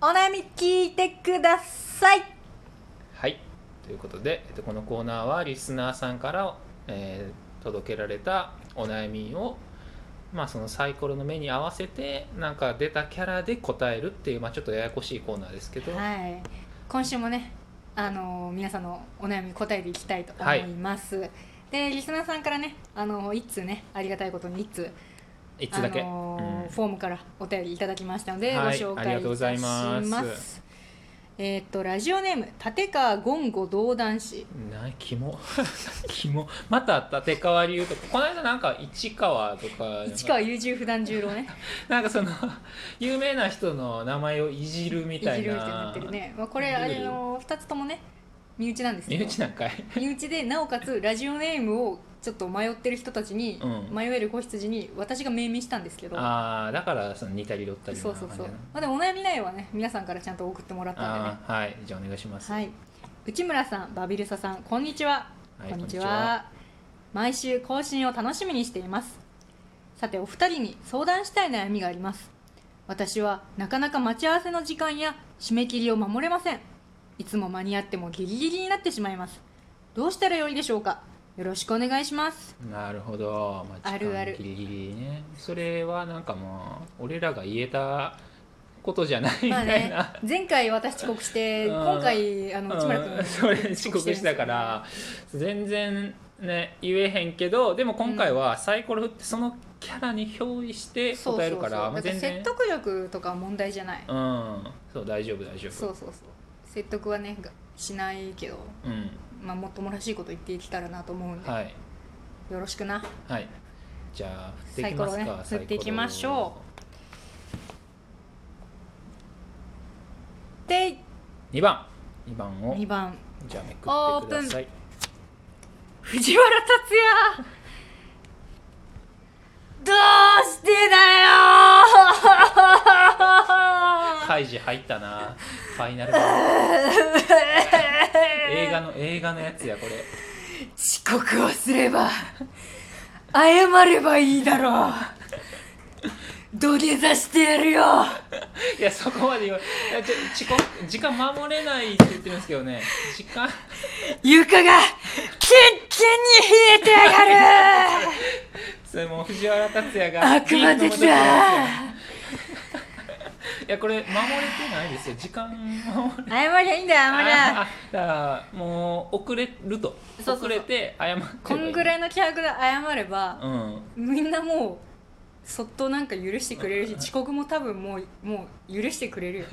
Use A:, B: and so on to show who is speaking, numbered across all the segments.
A: お悩み聞いてください
B: はいということで、えっと、このコーナーはリスナーさんから、えー届けられたお悩みを、まあ、そのサイコロの目に合わせてなんか出たキャラで答えるっていう、まあ、ちょっとややこしいコーナーですけど、
A: はい今週もねあのー皆さんのお悩みに答えていきたいと思います、でリスナーさんからねあのー一通ねありがたいことに一通
B: いつだけ、
A: あのー
B: うん
A: フォームからお便りいただきましたので、
B: はい
A: ご紹介
B: ありが
A: い
B: とうご
A: た
B: ざい
A: し
B: ま
A: ますすえーっとラジオネーム立川言語道断師
B: なキ モキモまた立川流とかこの間なんか市川とか
A: 市川優柔不断十郎ね
B: なんかその有名な人の名前をいじる み
A: い
B: た
A: じ
B: い
A: るみたいにな
B: な
A: ってるね、まあ、これあれの2つともね身内なんですけ
B: 身
A: ど
B: 内なんかい
A: 身内でなおかつラジオネームをちょっと迷ってる人たちに、
B: うん
A: 迷える子羊に私が命名したんですけど
B: ああだからその似たり寄ったりな
A: そうそうそう
B: 感じな
A: まあでもお悩み内容はね皆さんからちゃんと送ってもらったんでね
B: あーはいじゃあお願いします
A: はい内村さんバビルサさんこんにちは
B: はい
A: こんにち
B: こんにちは
A: は毎週更新を楽しみにしていますさてお二人に相談したい悩みがあります私はなかなか待ち合わせの時間や締め切りを守れませんいつも間に合ってもギリギリになってしまいますどうしたらよいでしょうかよろしくお願いします
B: なるほど、ま
A: あるある
B: 時間ギリギリねそれはなんかもう俺らが言えたことじゃないみ
A: ま
B: た
A: あ
B: い
A: ね
B: な、
A: 前回私遅刻して
B: うん
A: 今回あ の内村
B: うん
A: 君
B: それ遅刻したから全然ね言えへんけどでも今回はサイコロ振ってそのキャラに憑依して
A: そう
B: 答
A: そう
B: え
A: そ
B: る
A: う
B: か
A: だ
B: ら
A: か
B: もう
A: ら
B: 全然
A: 説得力とかは問題じゃない
B: うんそう大丈夫大丈夫
A: そうそうそう説得はねがしないけど、
B: うん
A: まあ、もっともらしいこと言っていけたらなと思うんで、
B: はい
A: よろしくな
B: はいじゃあ振っていきます
A: サイコ
B: か
A: ロね振っていきましょで
B: う2番2番を
A: 2番
B: じゃあめくってください
A: 藤原竜也どうしてだよ
B: カイジ入ったなファイナル映画の映画のやつやこれ
A: 遅刻をすれば謝ればいいだろう土下座してやるよ
B: いやそこまで言わいやちょ遅刻時間守れないって言ってるんですけどね時間
A: 床がキンキンに冷えてやがる
B: それもう藤原竜也が
A: 悪魔
B: ビー
A: 的
B: トの時
A: だ
B: のやつやいやこれ守れてないですよ時間守れ
A: 謝りゃいいんだよ 謝りゃ
B: ああだからもう遅れると
A: そうそうそう
B: 遅れて謝ってばいい
A: こんぐらいの気迫で謝れば
B: うん
A: みんなもうそっとなんか許してくれるし遅刻も多分もうもう許してくれるよ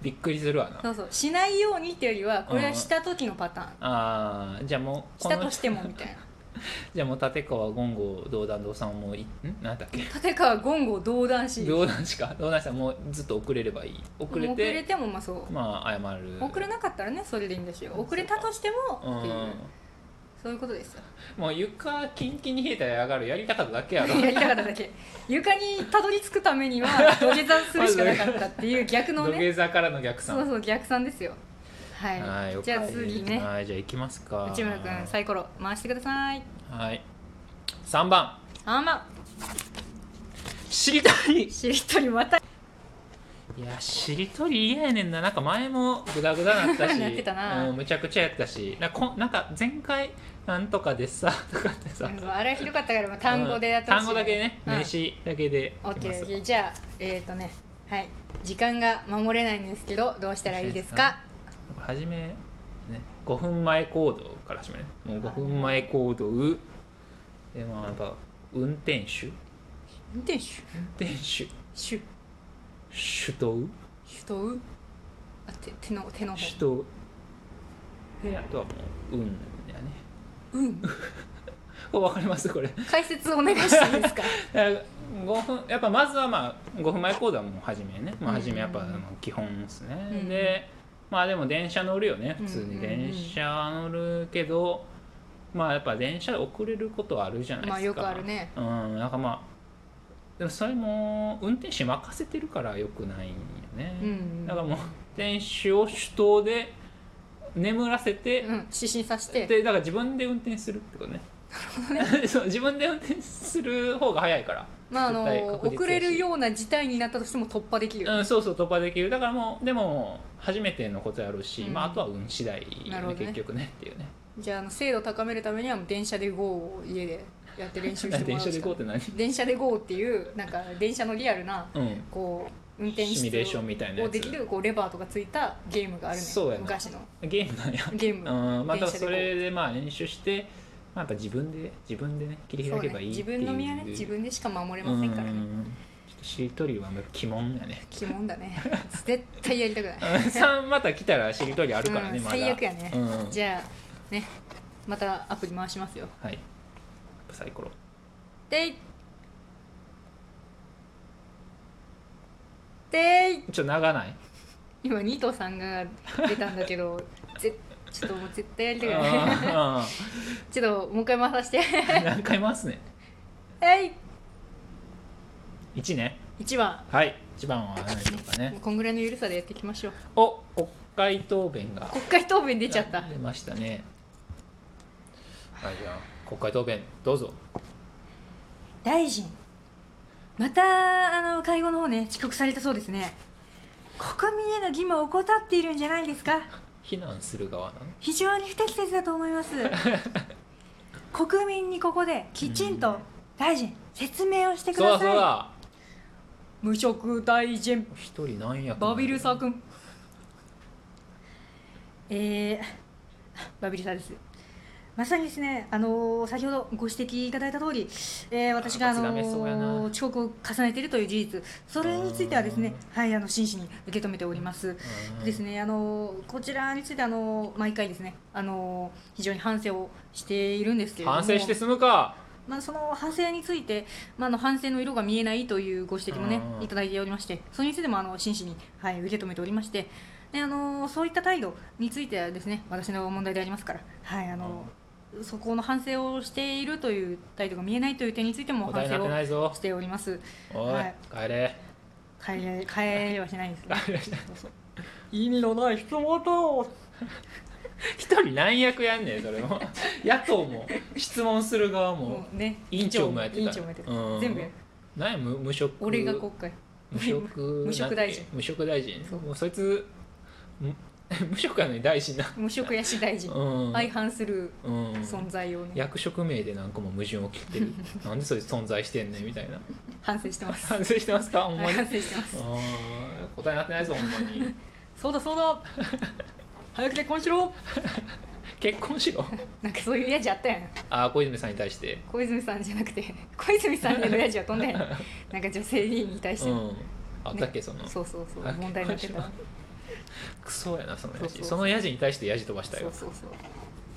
B: びっくりするわな
A: そうそうしないようにってよりはこれはした時のパターン
B: あーじゃあもう
A: し
B: こ
A: た
B: の
A: としてもみたいな
B: じゃあもう立川言語道断堂さんもいんなんだっけ
A: 立川言語道断し
B: 道断しか道断したらもうずっと遅れればいい遅れ
A: 遅れ
B: て
A: てもまあそう
B: まあ謝る
A: 遅れなかったらねそれでいいんだし遅れたとして
B: う
A: もっていうんそういうことですよ
B: もう床キンキンに冷えたら上がるやりたかっただけ やろ
A: やりたかっただけ床にたどり着くためには土下座するしかなかったっていう逆の
B: 土
A: ね
B: 下座からの逆
A: そう
B: 算
A: そう逆算ですよはい
B: はい
A: じゃあ
B: 了解
A: 次ね
B: はいじゃあ行きますか
A: 内村君サイコロ回してください
B: はい3番
A: あんま
B: しりとり
A: しりとりまた
B: いやしりとり嫌やねんななんか前もグダグダなった し
A: なってたな
B: うん、むちゃくちゃやったしなんかこなんか前回なんとかでさとかってさ
A: あれはひどかったからまあ単語でやってほしい
B: 単語だけね、
A: うん
B: 名詞だけで
A: オッケ
B: いきます
A: ーじゃあえっ、とねはい時間が守れないんですけどどうしたらいいですか
B: 始め、ね、5分前行動から始めねもう5分前行動でまあやっぱ運転手
A: 運転手
B: 運転手
A: 手
B: 手刀
A: 手とうあ手手の手の
B: 手
A: 方
B: 刀であとはもう運やね
A: うん
B: これ分かりますこれ
A: 解説お願いしていい ですか
B: 5分やっぱまずはまあ5分前行動はもう初めね、まあ、
A: うん
B: 初めやっぱあの基本ですね、
A: うん
B: でまあでも電車乗るよね普通
A: う
B: に
A: んうんうん
B: 電車乗るけどまあやっぱ電車で遅れることはあるじゃないですか
A: まあよくあるね
B: うんなんかまあでもそれも運転手任せてるからよくないんよね、
A: うんうん
B: だからもう運転手を手刀で眠らせて、
A: うん指針さして
B: でだから自分で運転するってことね そう自分で運転する方が早いから
A: まああの
B: 絶対確実やし
A: 遅れるような事態になったとしても突破できる、
B: うん、そうそう突破できるだからもうでも初めてのことやろうし、
A: うん
B: まあ、あとは運次第よ
A: なるほ
B: ね
A: どね
B: 結局ねっていうね
A: じゃああの精度高めるためにはもう電車で GO を家でやって練習してもら
B: 電
A: う
B: 車で
A: し
B: 行
A: か
B: こうって何、
A: 電車で GO っていうなんか電車のリアルな
B: うん、
A: こう運転
B: シミュレーション
A: 室
B: みたいなや
A: を
B: つ
A: できるこうレバーとかついたゲームがあるね
B: そうやな
A: 昔の
B: ゲームなんや
A: ゲーム、
B: うんまあ、た
A: 電車で
B: だ
A: こう
B: それでまあ練習して、まあ、やっぱ自分で自分でね切り
A: そ
B: 開
A: う
B: け
A: ね
B: ばいいってい
A: 自
B: う
A: 分の身はね自分でしか守れませんから
B: う
A: ね
B: んちょっとしりとりはもう鬼門やね
A: 鬼門だね絶対やりたくない
B: うんさんまた来たらしりとりあるからね、
A: うん
B: まだ
A: 最悪やね
B: うん
A: じゃあねまたアプリ回しますよ
B: はいサイコロ
A: でいでい
B: ちょっと長ない
A: 今ニトさんが出たんだけど ぜちょっともう絶対やりたくない
B: あ
A: ちょっともう一回回させて
B: ー何回回すね
A: はい
B: 1ね
A: 1番
B: はい1番は何でしょうか
A: も
B: ね
A: うこんぐらいの緩さでやっていきましょう
B: お国会答弁が
A: 国会答弁出ちゃった
B: 出ましたねはいじゃあ国会答弁どうぞ
A: 大臣またあの会合の方ね遅刻されたそうですね国民への義務を怠っているんじゃないですか
B: 非難する側なの
A: 非常に不適切だと思います 国民にここできちんと大臣説明をしてく
B: そう
A: だ
B: だ
A: さい
B: そうだ
A: 無職大臣
B: 一人何役
A: バビルサ君えー、バビルサですまさにですね、あのー先ほどご指摘いただいた通り、えー私が、あ
B: あこいつダメそうやな
A: のー遅刻を重ねているという事実、それについてはですね、はい、あの真摯に受け止めております。
B: うん
A: ですね、あのこちらについてあの毎回ですねあの非常に反省をしているんですけれども
B: 反省して済むか
A: まあ、その反省について、まあ、あの反省の色が見えないというご指摘もね
B: うん
A: いただいておりましてそれについてもあの真摯に、はい、受け止めておりましてであのそういった態度についてはですね私の問題でありますから、はいあのそこの反省をしているという態度が見えないという点についても
B: 答
A: 反
B: えな
A: 省
B: く
A: を
B: ないぞ
A: しております
B: おい、
A: はい
B: 帰れ
A: 変え変えはしないん ですね
B: 意味のない質問と一人何役やんねんそ れも野党も質問する側も
A: もうね
B: 委員長もやってた
A: 委員長もやってた
B: うん
A: 全部やる
B: 何や無無職
A: 俺が国会
B: 無職
A: 無職大臣
B: なんて無職大臣
A: そう
B: もうそいつむ 無職やのに大臣な
A: 無職やし大臣
B: うん、
A: 相反する
B: うん、
A: 存在をね
B: 役職名で何個も矛盾を切 ってるなんでそいつ存在してんねんみたいな
A: 反省してます
B: 反省してますかほんま
A: 反
B: に
A: 省してます
B: うん答えなってないぞほんまに
A: そうだそうだ 早く結婚しろ
B: 結婚 しろ
A: なんかそういうやじあったやん
B: あー小泉さんに対して
A: 小泉さんじゃなくて 小泉さんへのやじは飛ん だやんなんか女性議員に対して
B: う
A: の、
B: んあったっけ、その
A: そうそうそう
B: あ
A: 問題になってた
B: 結婚しクソやなそのヤ
A: そう
B: ジ
A: そう
B: そのヤジに対してヤジ飛ばした
A: そ
B: よ
A: うそうそう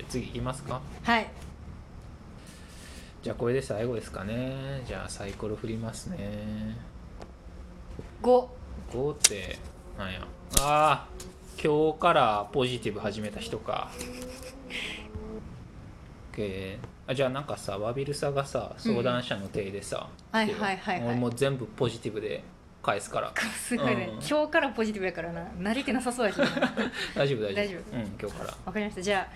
B: 次いきますか
A: はい
B: じゃあこれで最後ですかねじゃあサイコロ振りますね
A: 5
B: 5ってなんやあー今日からポジティブ始めた人か OK あじゃあなんかさワビルサがさ相談者の体でさ、
A: はいはいはいは
B: 俺
A: い
B: もう全部ポジティブで返 すから
A: すごいね、
B: うん
A: 今日からポジティブやからな慣れてなさそうや しな
B: 大丈夫大丈夫
A: 大丈
B: うん今日から
A: わかりましたじゃ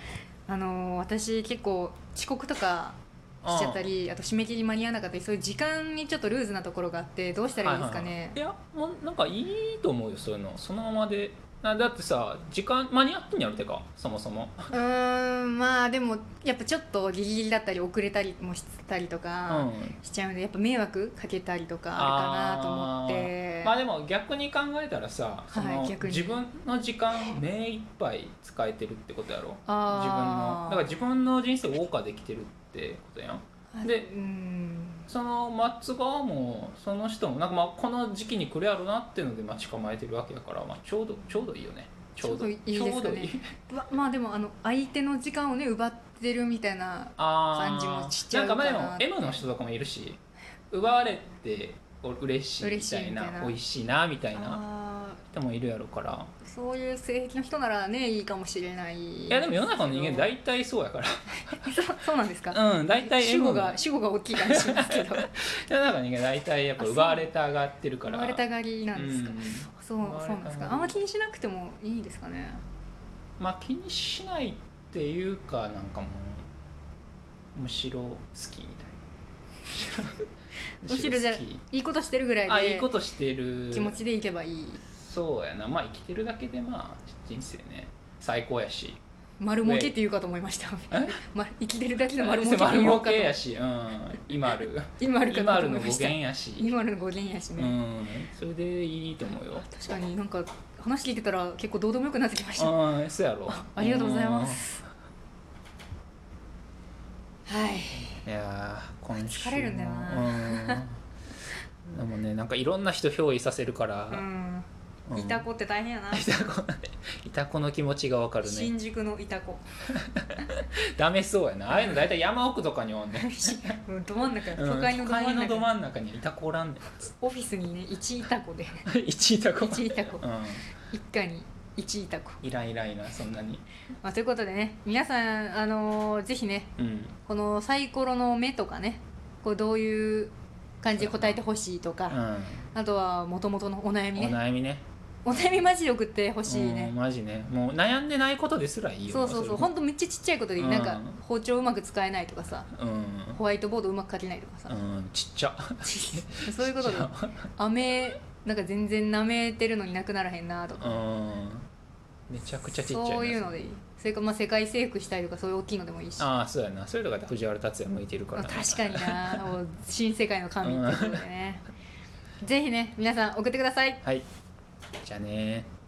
A: ああのー私結構遅刻とか しちゃったりあと締め切り間に合わなかったりそういう時間にちょっとルーズなところがあってどうしたらいいですかね、
B: はいはいはい、いやもうなんかいいと思うよそういうのそのままでなだってさ時間間に合ってんやろてかそもそも
A: うーんまあでもやっぱちょっとギリギリだったり遅れたりもしたりと
B: う
A: か
B: ん
A: しちゃうので、やっぱ迷惑かけたりとかあるかなと思って、
B: まあでも逆に考えたらさその、
A: はい逆に
B: 自分の時間目いっぱい使えてるってことやろ自分の
A: あ
B: だ
A: ー
B: から自分の人生を謳歌できてるってことやん
A: あ
B: で
A: うん
B: その松川もその人もなんかまあこの時期に来るやろなっていうので待ち構えてるわけやから、まあ、ちょうどちょうどいいよねちょうど
A: ちょうどいいですかね
B: ちょうどいい
A: ままあでもあの相手の時間をね奪ってるみたいな
B: あー
A: 感じもちっちゃう
B: なんか
A: か
B: ま
A: な
B: あ
A: っ
B: で
A: て
B: も M の人とかもいるし奪われてお嬉しいみ
A: 嬉したい
B: い
A: み
B: な
A: たいな
B: 美味しいなみたいな
A: あ
B: 人もいるやろから
A: ーそういう性癖の人ならねいいかもしれない
B: いやでも世の中の人間
A: だい
B: 大体そうやか
A: そうそうなんですか、
B: らうん大体
A: 主
B: M
A: 語
B: の
A: が主語が大きい感じします けど
B: 世の中の人間大体やっぱ奪われたがってるから
A: 生まれたがりな
B: うん
A: ですか、
B: ん
A: そうそうなんですかあんま気にしなくてもいいんですかね
B: まあ気にしないっていうかなんかもうむしろ好きみたいな
A: むしろじゃあ
B: 好き
A: いいことしてるぐら
B: あ
A: い
B: いい
A: で
B: ことしてる
A: 気持ちでいけばいい
B: そうやなまあ生きてるだけでまあ人生ね最高やし
A: 丸儲けって言うかと思いました
B: え
A: ま生きてるだけの丸
B: 丸
A: 儲けって言
B: 儲
A: うかと
B: けやし、うん、今ある
A: 今 あるか
B: 今
A: な
B: あ
A: と
B: る
A: 思
B: の
A: い
B: 語
A: ました
B: 源やし、
A: 今あるの語源やし
B: う
A: ね、
B: ん、それでいいと思うよ
A: 確かになんか話聞いてたら結構どうでもよくなってきました
B: うんそうやろ
A: ありがとうございます。はい。
B: うんいやー今週も
A: 疲れるんだよな
B: うんでもねなんかいろんな人憑依させるから、
A: うん。
B: うん
A: いたこって大変やな。
B: いたこ いたこの気持ちがわかるね
A: 新宿のいた こ。
B: ダメそうやなああいうの大体山奥とかにおんねん
A: うんど真ん中、
B: うん
A: 都会のど真ん
B: 都会のど
A: 中。
B: 真ん中にいたこおらんね
A: オフィスにね、一いたこで。
B: ん一いたこ
A: 一いたこ
B: う。ん
A: 一家に一いたこ。
B: イライライラそんなに
A: まあ、ということでね、皆さん、あのーぜひね、
B: うん
A: このサイコロの目とかね、こうどういう感じで答えてほしいと
B: う
A: か、
B: ん
A: あとはもともとのお悩み
B: お
A: ね。
B: 悩みね
A: お悩みマジで送ってほしいね
B: うん。マジねもう悩んでないことですらいいよ
A: そうそうそう本当めっちゃちっちゃいことでいいなんか
B: うん
A: 包丁うまく使えないとかさ
B: うん、
A: ホワイトボードうまく書けないとかさ、
B: うん、ちっちゃ
A: そういうことで
B: ちっ
A: 飴なんか全然舐めてるのになくならへんなと
B: う
A: か、
B: んめちゃくちゃちっちゃいな
A: そういうのでいいそれかまあ世界征服したいとかそういう大きいのでもいいし
B: ああそうやなそういうのが藤原竜也向いてるから
A: まあ
B: な
A: 確かになもう新世界の 神ってことでね、ぜひね皆さん送ってください
B: はいじゃあねー